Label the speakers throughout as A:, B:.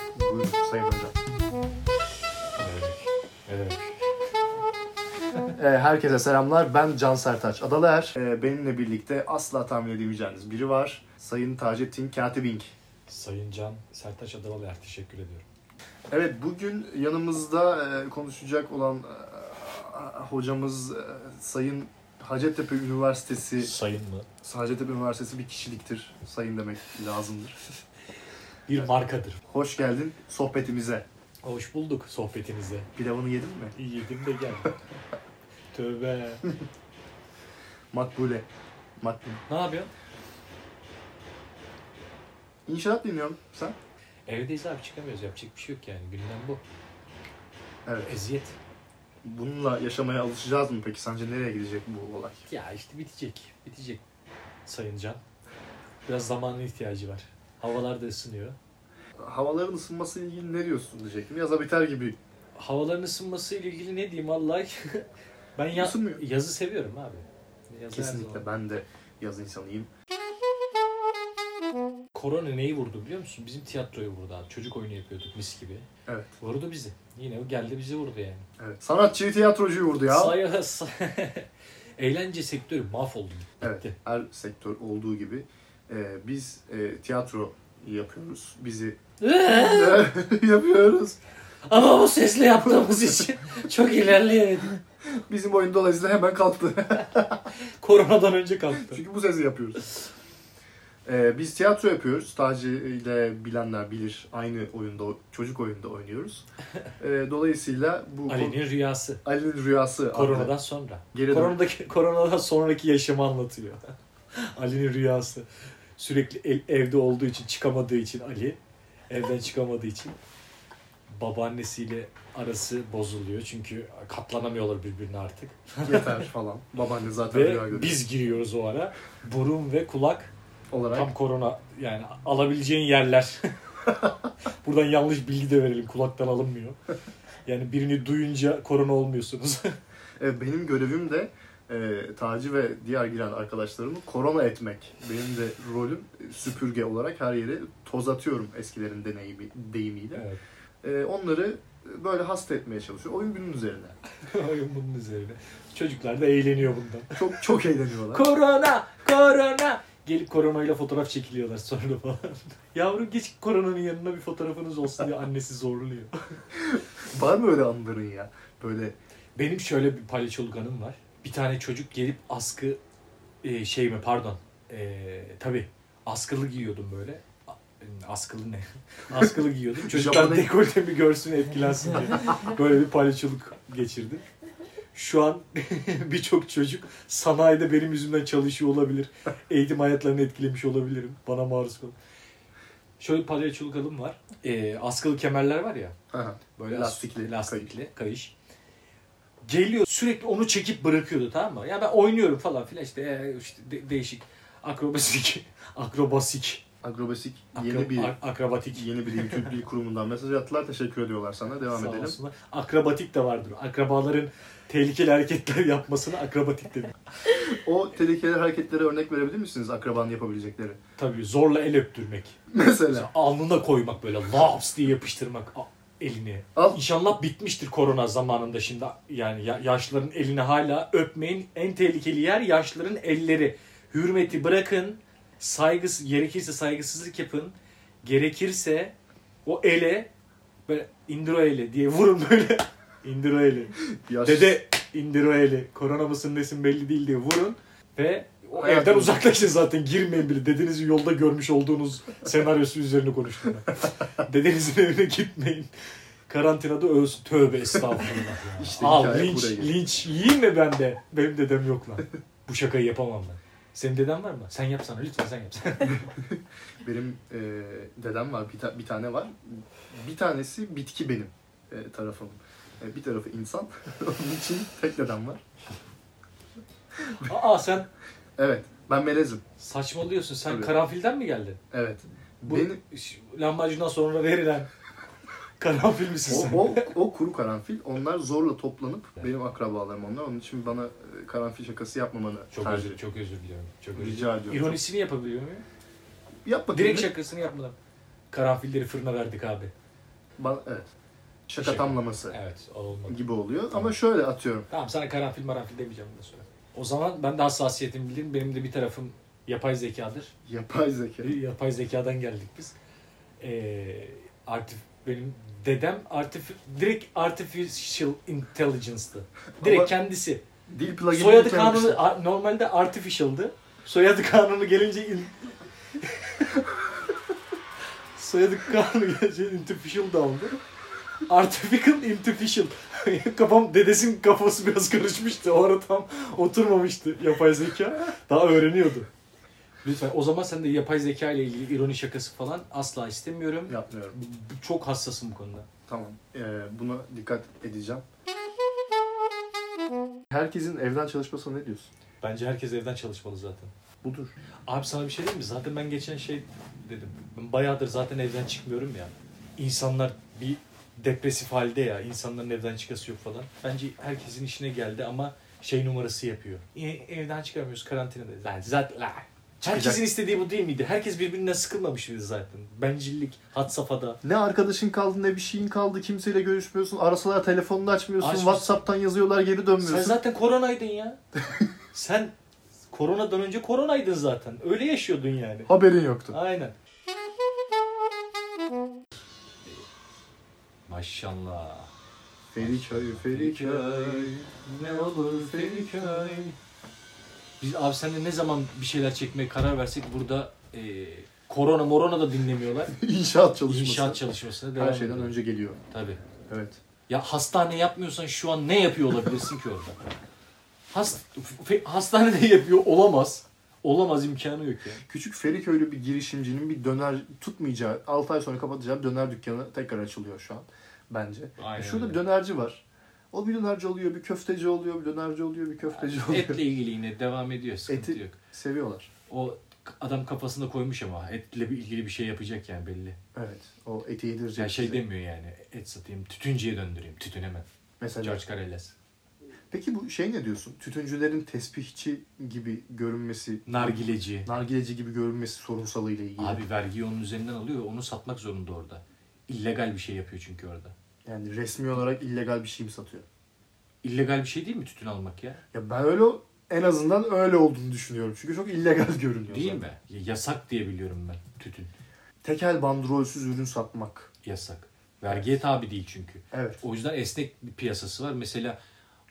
A: Ee, Herkese selamlar. Ben Can Sertaç Adaler. Ee, benimle birlikte asla tahmin edemeyeceğiniz biri var. Sayın Taceddin Katibink.
B: Sayın Can Sertaç Adalı'ya teşekkür ediyorum.
A: Evet bugün yanımızda e, konuşacak olan e, hocamız e, Sayın Hacettepe Üniversitesi
B: Sayın mı?
A: Hacettepe Üniversitesi bir kişiliktir. Sayın demek lazımdır.
B: Bir markadır.
A: Hoş geldin sohbetimize.
B: Hoş bulduk sohbetinize.
A: Pilavını yedin mi?
B: İyi yedim de gel. Tövbe.
A: Makbule. Makbule.
B: ne yapıyorsun?
A: İnşaat dinliyorum sen.
B: Evdeyiz abi çıkamıyoruz. Yapacak bir şey yok yani. Gündem bu.
A: Evet.
B: Eziyet.
A: Bununla yaşamaya alışacağız mı peki? Sence nereye gidecek bu olay?
B: Ya işte bitecek. Bitecek Sayın Can. Biraz zamanın ihtiyacı var. Havalar da ısınıyor.
A: Havaların ısınması ile ilgili ne diyorsun diyecektim. Yaza biter gibi.
B: Havaların ısınması ile ilgili ne diyeyim vallahi. ben ya-
A: Isınmıyor.
B: yazı seviyorum abi. Yazı her zaman.
A: Kesinlikle ben de yaz insanıyım.
B: Korona neyi vurdu biliyor musun? Bizim tiyatroyu vurdu abi. Çocuk oyunu yapıyorduk mis gibi.
A: Evet.
B: Vurdu bizi. Yine o geldi bizi vurdu yani.
A: Evet. Sanatçıyı tiyatrocuyu vurdu ya.
B: Say- say- Eğlence sektörü mahvoldu.
A: evet.
B: Bitti.
A: Her sektör olduğu gibi e, biz e, tiyatro yapıyoruz. Bizi yapıyoruz.
B: Ama bu sesle yaptığımız için çok ilerleyemedik.
A: Bizim oyun dolayısıyla hemen kalktı.
B: Koronadan önce kalktı.
A: Çünkü bu sesi yapıyoruz. E, biz tiyatro yapıyoruz. Taci ile bilenler bilir. Aynı oyunda, çocuk oyunda oynuyoruz. E, dolayısıyla bu
B: Ali'nin rüyası.
A: Ali'nin rüyası. adlı-
B: Koronadan sonra.
A: Geri dön-
B: Koronadaki, koronadan sonraki yaşamı anlatıyor. Ali'nin rüyası. Sürekli el- evde olduğu için, çıkamadığı için Ali. Evden çıkamadığı için. Babaannesiyle arası bozuluyor. Çünkü katlanamıyorlar birbirine artık.
A: Yeter falan. Babaanne zaten rüya görüyor.
B: Ve biz giriyoruz o ara. Burun ve kulak
A: olarak.
B: tam korona yani alabileceğin yerler. Buradan yanlış bilgi de verelim. Kulaktan alınmıyor. Yani birini duyunca korona olmuyorsunuz.
A: Evet, benim görevim de e, Taci ve diğer giren arkadaşlarımı korona etmek. Benim de rolüm e, süpürge olarak her yeri toz atıyorum eskilerin deneyimi, deyimiyle.
B: evet.
A: E, onları böyle hasta etmeye çalışıyor. Oyun günün üzerine.
B: Oyun bunun üzerine. Çocuklar da eğleniyor bundan.
A: Çok çok eğleniyorlar.
B: Korona! Korona! Gelip koronayla fotoğraf çekiliyorlar sonra falan. Yavrum geç koronanın yanına bir fotoğrafınız olsun diye annesi zorluyor.
A: Var mı öyle anların ya? Böyle
B: Benim şöyle bir palyaçoluk anım var. Bir tane çocuk gelip askı e, şey mi pardon. E, tabii askılı giyiyordum böyle. A- Askılı ne? Askılı giyiyordum. Çocuklar
A: Japonya-
B: dekoltemi görsün etkilensin diye. Böyle bir palyaçoluk geçirdim. Şu an birçok çocuk sanayide benim yüzümden çalışıyor olabilir. Eğitim hayatlarını etkilemiş olabilirim. Bana maruz kal. Şöyle bir palyaçoluk anım var. E, askılı kemerler var ya.
A: aha,
B: Böyle
A: Lastikli,
B: as- lastikli kayış. Geliyor sürekli onu çekip bırakıyordu tamam mı? Ya ben oynuyorum falan filan işte, e, işte de- değişik akrobasik akrobasik
A: agrobasik
B: akro-
A: yeni bir
B: ak- akrobatik
A: yeni bir Türk Dil Kurumu'ndan mesaj attılar. Teşekkür ediyorlar sana. Devam
B: Sağ
A: edelim.
B: olsunlar. Akrobatik de vardır. Akrabaların tehlikeli hareketler yapmasına akrobatik denir.
A: O tehlikeli hareketlere örnek verebilir misiniz akrabanın yapabilecekleri?
B: Tabii zorla el öptürmek.
A: Mesela.
B: Mesela alnına koymak böyle laps diye yapıştırmak a- elini.
A: Al.
B: İnşallah bitmiştir korona zamanında şimdi yani ya- yaşların elini hala öpmeyin. En tehlikeli yer yaşların elleri. Hürmeti bırakın. Saygısı gerekirse saygısızlık yapın. Gerekirse o ele böyle indir o eli diye vurun böyle. indir o eli.
A: Yaş-
B: Dede indir o eli. Korona mısın nesin belli değil diye vurun. Ve o
A: Hayatım.
B: evden uzaklaşın zaten girmeyin bile. Dedenizin yolda görmüş olduğunuz senaryosu üzerine konuştum ben. Dedenizin evine gitmeyin. Karantinada ölsün. Tövbe estağfurullah. ya.
A: İşte
B: Al
A: hikaye
B: linç,
A: buraya geliyor.
B: linç yiyeyim mi ben de? Benim dedem yok lan. Bu şakayı yapamam ben. Senin deden var mı? Sen yapsana lütfen sen yapsana.
A: Benim e, dedem var, bir, ta- bir tane var. Bir tanesi bitki benim e, tarafım. E, bir tarafı insan. Onun için tek dedem var.
B: Aa sen
A: Evet, ben melezim.
B: saçmalıyorsun. Sen
A: Tabii.
B: karanfilden mi geldin?
A: Evet.
B: Bu
A: Benim,
B: ş- lambacından sonra verilen karanfil misin
A: o,
B: sen?
A: o, o kuru karanfil. Onlar zorla toplanıp benim akrabalarım onlar. Onun için bana e, karanfil şakası yapmamanı
B: Çok
A: tercih
B: özür, çok özür diliyorum. Çok özür
A: Rica ediyorum.
B: İronisini yapabiliyor muyum?
A: Çok- Yap bakayım.
B: Direkt
A: bir.
B: şakasını yapmadan. Karanfilleri fırına verdik abi.
A: Bana, evet. şaka tamlaması
B: Evet o olmadı.
A: gibi oluyor.
B: Tamam.
A: Ama şöyle atıyorum.
B: Tamam sana karanfil maranfil demeyeceğim bundan sonra. O zaman ben de hassasiyetimi bilirim. Benim de bir tarafım yapay zekadır.
A: Yapay zeka.
B: Yapay zekadan geldik biz. Ee, artif, benim dedem artif, direkt artificial intelligence'tı. Direkt
A: Ama
B: kendisi.
A: Dil plugini
B: Soyadı
A: yüklenmişler.
B: kanunu a- normalde artificial'dı. Soyadı kanunu gelince in... Soyadı kanunu gelince artificial da oldu. Artificial, artificial. Kafam, dedesinin kafası biraz karışmıştı. O ara tam oturmamıştı yapay zeka. Daha öğreniyordu. Lütfen o zaman sen de yapay zeka ile ilgili ironi şakası falan asla istemiyorum.
A: Yapmıyorum.
B: B- b- Çok hassasım bu konuda.
A: Tamam. Ee, buna dikkat edeceğim. Herkesin evden çalışmasına ne diyorsun?
B: Bence herkes evden çalışmalı zaten.
A: Budur.
B: Abi sana bir şey diyeyim mi? Zaten ben geçen şey dedim. Ben bayağıdır zaten evden çıkmıyorum ya. İnsanlar bir depresif halde ya. İnsanların evden çıkası yok falan. Bence herkesin işine geldi ama şey numarası yapıyor. E- evden çıkamıyoruz karantinada. Lan zaten lan. Herkesin
A: Çıkacak.
B: istediği bu değil miydi? Herkes birbirinden sıkılmamış mıydı zaten? Bencillik, had safhada.
A: Ne arkadaşın kaldı ne bir şeyin kaldı. Kimseyle görüşmüyorsun. Arasalar telefonunu açmıyorsun.
B: Açmıyorsun.
A: Whatsapp'tan yazıyorlar geri dönmüyorsun.
B: Sen zaten koronaydın ya. Sen koronadan önce koronaydın zaten. Öyle yaşıyordun yani.
A: Haberin yoktu.
B: Aynen. Maşallah.
A: Feriköy, Feriköy.
B: Ne olur Feriköy. Biz abi seninle ne zaman bir şeyler çekmeye karar versek burada e, korona morona da dinlemiyorlar.
A: İnşaat çalışması.
B: İnşaat çalışmasına devam
A: Her şeyden
B: ediyor.
A: önce geliyor.
B: Tabii.
A: Evet.
B: Ya hastane yapmıyorsan şu an ne yapıyor olabilirsin ki orada? Hast fe- hastanede yapıyor olamaz. Olamaz imkanı yok ya.
A: Küçük Feriköylü bir girişimcinin bir döner tutmayacağı, 6 ay sonra kapatacağı döner dükkanı tekrar açılıyor şu an bence. E
B: Aynen
A: Şurada
B: öyle.
A: bir dönerci var. O bir dönerci oluyor, bir köfteci oluyor, bir dönerci oluyor, bir köfteci oluyor.
B: Etle ilgili yine devam ediyor. Sıkıntı
A: Eti-
B: yok.
A: Seviyorlar.
B: O adam kafasında koymuş ama etle bir- ilgili bir şey yapacak yani belli.
A: Evet. O eti yedirecek.
B: Yani şey
A: bize.
B: demiyor yani et satayım tütüncüye döndüreyim tütün hemen.
A: Mesela.
B: George Carellas.
A: Peki bu şey ne diyorsun? Tütüncülerin tespihçi gibi görünmesi,
B: Nargileci.
A: nargileci gibi görünmesi sorunsalıyla ilgili.
B: Abi vergiyi onun üzerinden alıyor ve onu satmak zorunda orada. İllegal bir şey yapıyor çünkü orada.
A: Yani resmi olarak illegal bir şey mi satıyor?
B: İllegal bir şey değil mi tütün almak ya?
A: Ya ben öyle en azından öyle olduğunu düşünüyorum. Çünkü çok illegal görünüyor.
B: Değil
A: zaten.
B: mi? Ya- Yasak diye biliyorum ben tütün.
A: Tekel bandrolsüz ürün satmak.
B: Yasak. Vergiye tabi değil çünkü.
A: Evet.
B: O yüzden esnek bir piyasası var. Mesela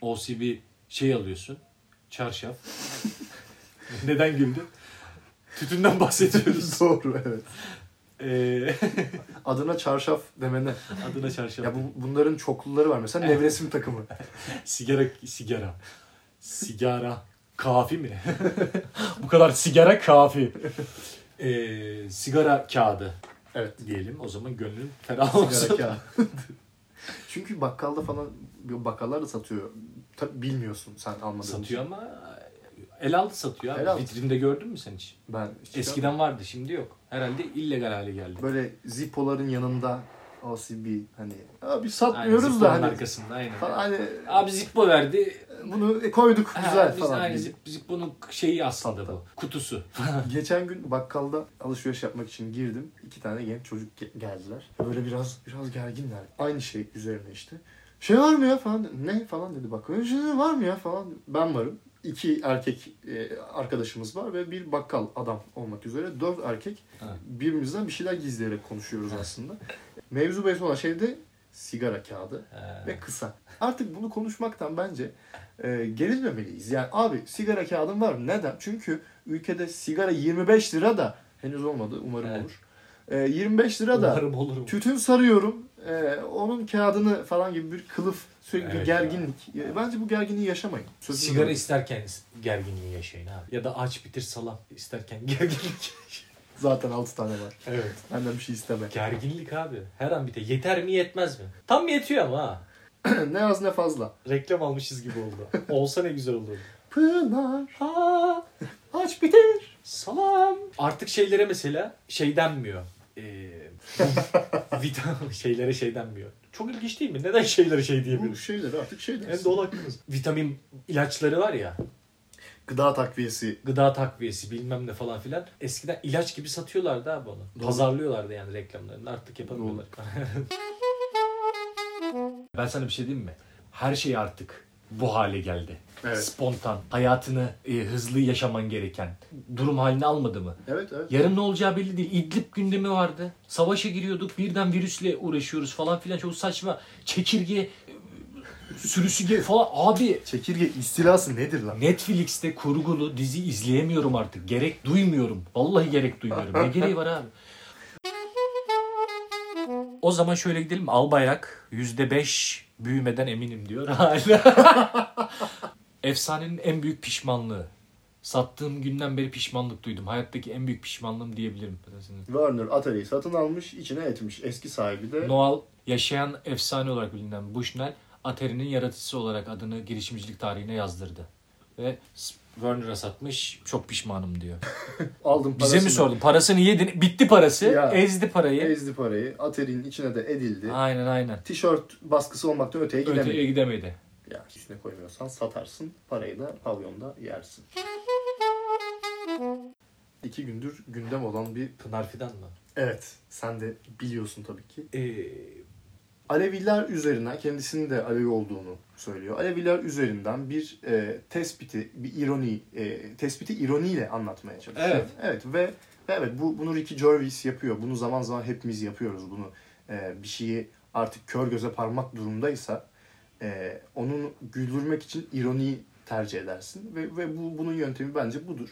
B: OCB şey alıyorsun. Çarşaf. Neden güldün? Tütünden bahsediyoruz.
A: Doğru evet.
B: Ee,
A: Adına çarşaf demene.
B: adına çarşaf.
A: Ya bu, bunların çokluları var. Mesela
B: Evet.
A: nevresim takımı.
B: Sigara, sigara. Sigara. Kafi mi? Bu kadar sigara kafi. Ee, sigara kağıdı
A: Evet.
B: diyelim. O zaman gönlün ferah
A: Sigara
B: olsun.
A: kağıdı. Çünkü bakkalda falan bakkallar da satıyor. Tabii bilmiyorsun sen almadığın için.
B: Satıyor ama el altı satıyor. abi.
A: El altı.
B: Vitrinde gördün mü sen hiç?
A: Ben hiç
B: Eskiden vardı şimdi yok. Herhalde illegal hale geldi.
A: böyle Zippo'ların yanında OCB hani abi
B: Aynen,
A: satmıyoruz da
B: Zippo'nun
A: hani,
B: arkasında aynen.
A: falan, hani
B: Abi Zippo verdi.
A: bunu koyduk
B: Ha,
A: güzel
B: biz,
A: falan.
B: Aynen
A: gibi.
B: Zip- Zippo'nun şeyi aslında bu. Kutusu.
A: Geçen gün bakkalda alışveriş yapmak için girdim. İki tane genç çocuk ge- geldiler. Böyle biraz biraz gerginler. Aynı şey üzerine işte. Şey var mı ya falan. dedi. Ne falan dedi bakkal. Şey var mı ya falan. Ben varım. İki erkek e, arkadaşımız var ve bir bakkal adam olmak üzere dört erkek
B: Ha.
A: birbirimizden bir şeyler gizleyerek konuşuyoruz aslında. Mevzu bahis olan şey de sigara kağıdı
B: Ha.
A: ve kısa. Artık bunu konuşmaktan bence e, gerilmemeliyiz. Yani abi sigara kağıdın var mı? Neden? Çünkü ülkede sigara 25 lira da henüz olmadı umarım
B: Evet.
A: olur. E, 25 lira da
B: Umarım olur mu?
A: tütün sarıyorum. e, onun kağıdını falan gibi bir kılıf sürekli bir
B: Evet ya.
A: gerginlik. E, Bence bu gerginliği yaşamayın. Sözünü
B: Sigara
A: bırak.
B: isterken gerginliği yaşayın abi. Ya da aç bitir salam isterken gerginlik yaşayın.
A: zaten 6 tane var.
B: evet.
A: Benden bir şey isteme.
B: Gerginlik abi. Her an bir de yeter mi yetmez mi? Tam yetiyor ama ha.
A: ne az ne fazla.
B: Reklam almışız gibi oldu. Olsa ne güzel olurdu.
A: Pınar
B: Ha,
A: aç bitir.
B: salam. Artık şeylere mesela şey denmiyor. Ee, vitamin şeylere şey denmiyor. Çok ilginç değil mi? Neden şeylere şey
A: Bu
B: diyemiyoruz?
A: şeyler artık şey
B: Hem de o hakkımız. Vitamin ilaçları var ya.
A: Gıda takviyesi
B: gıda takviyesi bilmem ne falan filan. Eskiden ilaç gibi satıyorlardı abi onu.
A: Doğru.
B: Pazarlıyorlardı yani reklamlarında. Artık yapamıyorlar.
C: Ben sana bir şey diyeyim mi? Her şey artık bu hale geldi.
A: Evet.
C: Spontan, hayatını e, hızlı yaşaman gereken durum haline almadı mı?
A: Evet evet.
C: Yarın ne olacağı belli değil. İdlib gündemi vardı. Savaşa giriyorduk. Birden virüsle uğraşıyoruz falan filan. Çok saçma. Çekirge e, sürüsü gibi falan. Abi
A: Çekirge istilası nedir lan?
C: Netflix'te kurgulu dizi izleyemiyorum artık. Gerek duymuyorum. Vallahi gerek duymuyorum. Ne gereği var abi? O zaman şöyle gidelim. Albayrak %5 büyümeden eminim diyor hala. Efsanenin en büyük pişmanlığı. Sattığım günden beri pişmanlık duydum. Hayattaki en büyük pişmanlığım diyebilirim.
A: Warner Atari'yi satın almış, içine etmiş. Eski sahibi de
C: Noel yaşayan efsane olarak bilinen Bushnell, Atari'nin yaratıcısı olarak adını girişimcilik tarihine yazdırdı. Ve Werner'a satmış, çok pişmanım diyor.
A: aldım
C: Bize
A: parasını.
C: mi sordun? Parasını yedin, bitti parası,
A: Ya.
C: ezdi parayı.
A: Ezdi parayı. Atari'nin içine de edildi.
C: Aynen aynen.
A: Tişört baskısı olmaktan öteye gidemedi.
C: Öteye gidemedi.
A: Ya üstüne koymuyorsan satarsın. Parayı da pavyonda yersin. İki gündür gündem olan bir...
B: Pınar Fidan mı?
A: Evet. Sen de biliyorsun tabii ki.
B: Ee,
A: Aleviler üzerinden kendisinin de Alevi olduğunu söylüyor. Aleviler üzerinden bir e, tespiti, bir ironi, e, tespiti ironiyle anlatmaya çalışıyor.
B: Evet.
A: Evet ve, ve evet bu bunu Ricky Gervais yapıyor. Bunu zaman zaman hepimiz yapıyoruz. Bunu e, bir şeyi artık kör göze parmak durumdaysa e, onun güldürmek için ironiyi tercih edersin ve ve bu bunun yöntemi bence budur.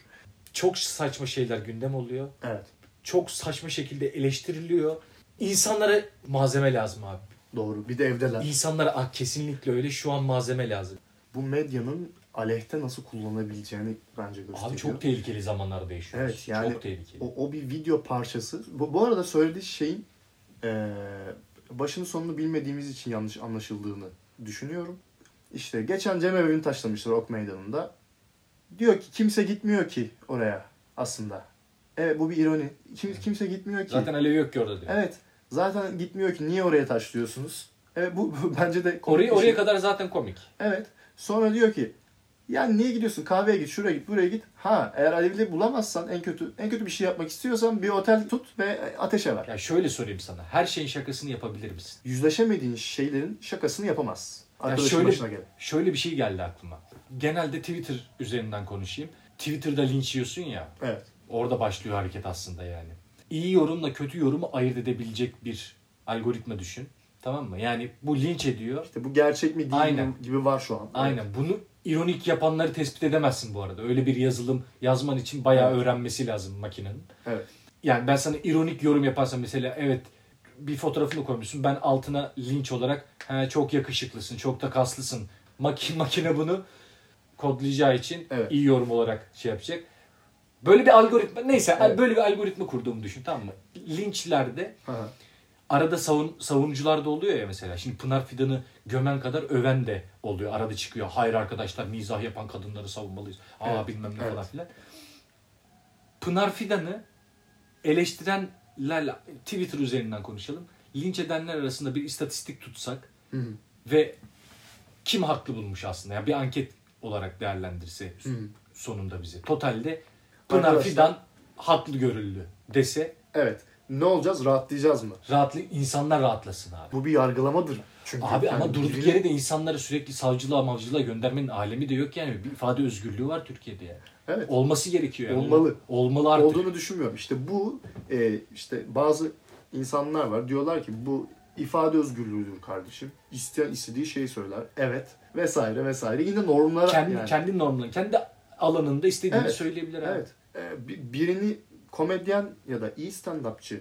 B: çok saçma şeyler gündem oluyor.
A: Evet.
B: Çok saçma şekilde eleştiriliyor. İnsanlara malzeme lazım abi.
A: Doğru. Bir de evdeler.
B: İnsanlara ah, kesinlikle öyle şu an malzeme lazım.
A: Bu medyanın aleyhte nasıl kullanabileceğini bence gösteriyor.
B: Abi çok tehlikeli zamanlarda yaşıyoruz.
A: Evet, yani
B: çok tehlikeli.
A: O, o bir video parçası. Bu, bu arada söylediği şeyin eee başını sonunu bilmediğimiz için yanlış anlaşıldığını düşünüyorum. İşte geçen Cem Evren'i taşlamışlar Ok Meydanı'nda. Diyor ki kimse gitmiyor ki oraya aslında. Evet bu bir ironi. Kim, kimse gitmiyor ki.
B: Zaten Alevi yok ki orada diyor.
A: Evet zaten gitmiyor ki niye oraya taşlıyorsunuz? Evet bu, bu bence de komik
B: Oraya,
A: bir şey.
B: oraya kadar zaten komik.
A: Evet. Sonra diyor ki ya niye gidiyorsun? Kahveye git, şuraya git, buraya git. Ha eğer Alevi'de bulamazsan en kötü en kötü bir şey yapmak istiyorsan bir otel tut ve ateşe ver.
B: Ya şöyle sorayım sana. Her şeyin şakasını yapabilir misin?
A: Yüzleşemediğin şeylerin şakasını yapamaz.
B: Ya
A: Arkadaşın
B: şöyle-
A: başına gel.
B: Şöyle bir şey geldi aklıma. Genelde Twitter üzerinden konuşayım. Twitter'da linç yiyorsun ya.
A: Evet.
B: Orada başlıyor hareket aslında yani. İyi yorumla kötü yorumu ayırt edebilecek bir algoritma düşün. Tamam mı? Yani bu linç ediyor.
A: İşte bu gerçek mi değil mi
B: Aynen.
A: gibi var şu an.
B: Aynen. Bunu ironik yapanları tespit edemezsin bu arada. Öyle bir yazılım yazman için bayağı öğrenmesi lazım makinenin.
A: Evet.
B: Yani ben sana ironik yorum yaparsam mesela evet bir fotoğrafını koymuşsun. Ben altına linç olarak "He, çok yakışıklısın, çok da kaslısın. Maki, makine bunu kodlayacağı için
A: Evet.
B: iyi yorum olarak şey yapacak. Böyle bir algoritma neyse
A: Evet.
B: böyle bir algoritma kurduğumu düşün tamam mı? Linçlerde
A: Ha.
B: arada savun, savunucular da oluyor ya mesela. Şimdi Pınar Fidan'ı gömen kadar öven de oluyor. Arada çıkıyor. Hayır arkadaşlar mizah yapan kadınları savunmalıyız. Aa
A: Evet,
B: bilmem ne
A: evet.
B: falan filan. Pınar Fidan'ı eleştirenlerle Twitter üzerinden konuşalım. Linç edenler arasında bir istatistik tutsak
A: Hı hı.
B: ve kim haklı bulmuş aslında? Yani bir anket olarak değerlendirse
A: Hı hı.
B: sonunda bizi. Totalde Pınar
A: Arkadaşlar-
B: Fidan haklı görüldü dese
A: Evet. Ne olacağız? Rahatlayacağız mı?
B: rahatlı insanlar rahatlasın abi.
A: Bu bir yargılamadır. Çünkü
B: Abi
A: yani
B: ama durduk
A: birini-
B: yere de insanları sürekli savcılığa mavcılığa göndermenin alemi de yok yani. Bir ifade özgürlüğü var Türkiye'de yani.
A: Evet.
B: Olması gerekiyor yani.
A: Olmalı.
B: Olmalı artık.
A: olduğunu düşünmüyorum. İşte bu e, işte bazı insanlar var diyorlar ki bu ifade özgürlüğüdür kardeşim. İsteyen istediği şeyi söyler. Evet vesaire vesaire. Yine normlara
B: Kendi,
A: yani.
B: kendi normlarını, kendi alanında istediğini
A: Evet.
B: söyleyebilir abi.
A: Evet. E, bi- birini komedyen ya da iyi stand-upçı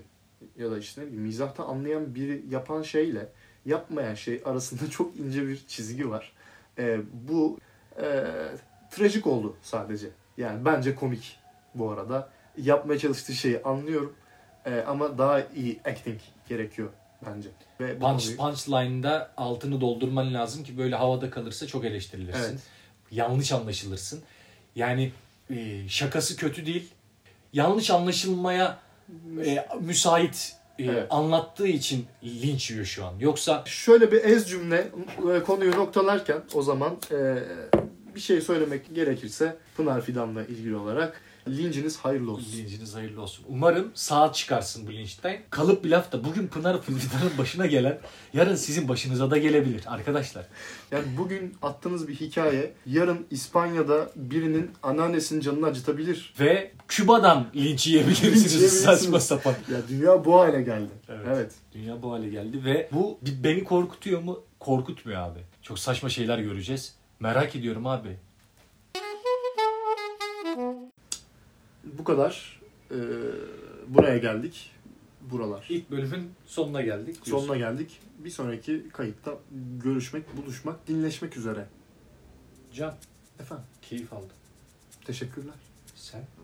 A: ya da işte ne bileyim mizahta anlayan biri yapan şeyle yapmayan şey arasında çok ince bir çizgi var. E, bu e, trajik oldu sadece. Yani bence komik bu arada. Yapmaya çalıştığı şeyi anlıyorum. E, ama daha iyi acting gerekiyor bence. Ve bu
B: Punch,
A: konuyu-
B: punchline'da altını doldurman lazım ki böyle havada kalırsa çok eleştirilirsin.
A: Evet.
B: Yanlış anlaşılırsın. Yani e, şakası kötü değil. Yanlış anlaşılmaya e, müsait e,
A: Evet.
B: anlattığı için linç yiyor şu an. Yoksa
A: Şöyle bir ez cümle e, konuyu noktalarken o zaman e, bir şey söylemek gerekirse Pınar Fidan'la ilgili olarak Linciniz hayırlı olsun.
B: Linciniz hayırlı olsun. Umarım sağ çıkarsın bu linçten. Kalıp bir laf da bugün Pınar Fılvidan'ın başına gelen yarın sizin başınıza da gelebilir arkadaşlar.
A: Yani bugün attığınız bir hikaye yarın İspanya'da birinin anneannesinin canını acıtabilir.
B: Ve Küba'dan linç
A: Linç
B: yiyebilirsiniz
A: yiyebilirsiniz.
B: saçma sapan.
A: Ya dünya bu hale geldi.
B: Evet.
A: Evet.
B: Dünya bu hale geldi ve bu bi- beni korkutuyor mu? Korkutmuyor abi. Çok saçma şeyler göreceğiz. Merak ediyorum abi.
A: Bu kadar. Ee, buraya geldik. Buralar.
B: İlk bölümün sonuna geldik.
A: Sonuna geldik. Bir sonraki kayıtta görüşmek, buluşmak, dinleşmek üzere.
B: Can
A: Efendim
B: keyif aldım.
A: teşekkürler.
B: Sen?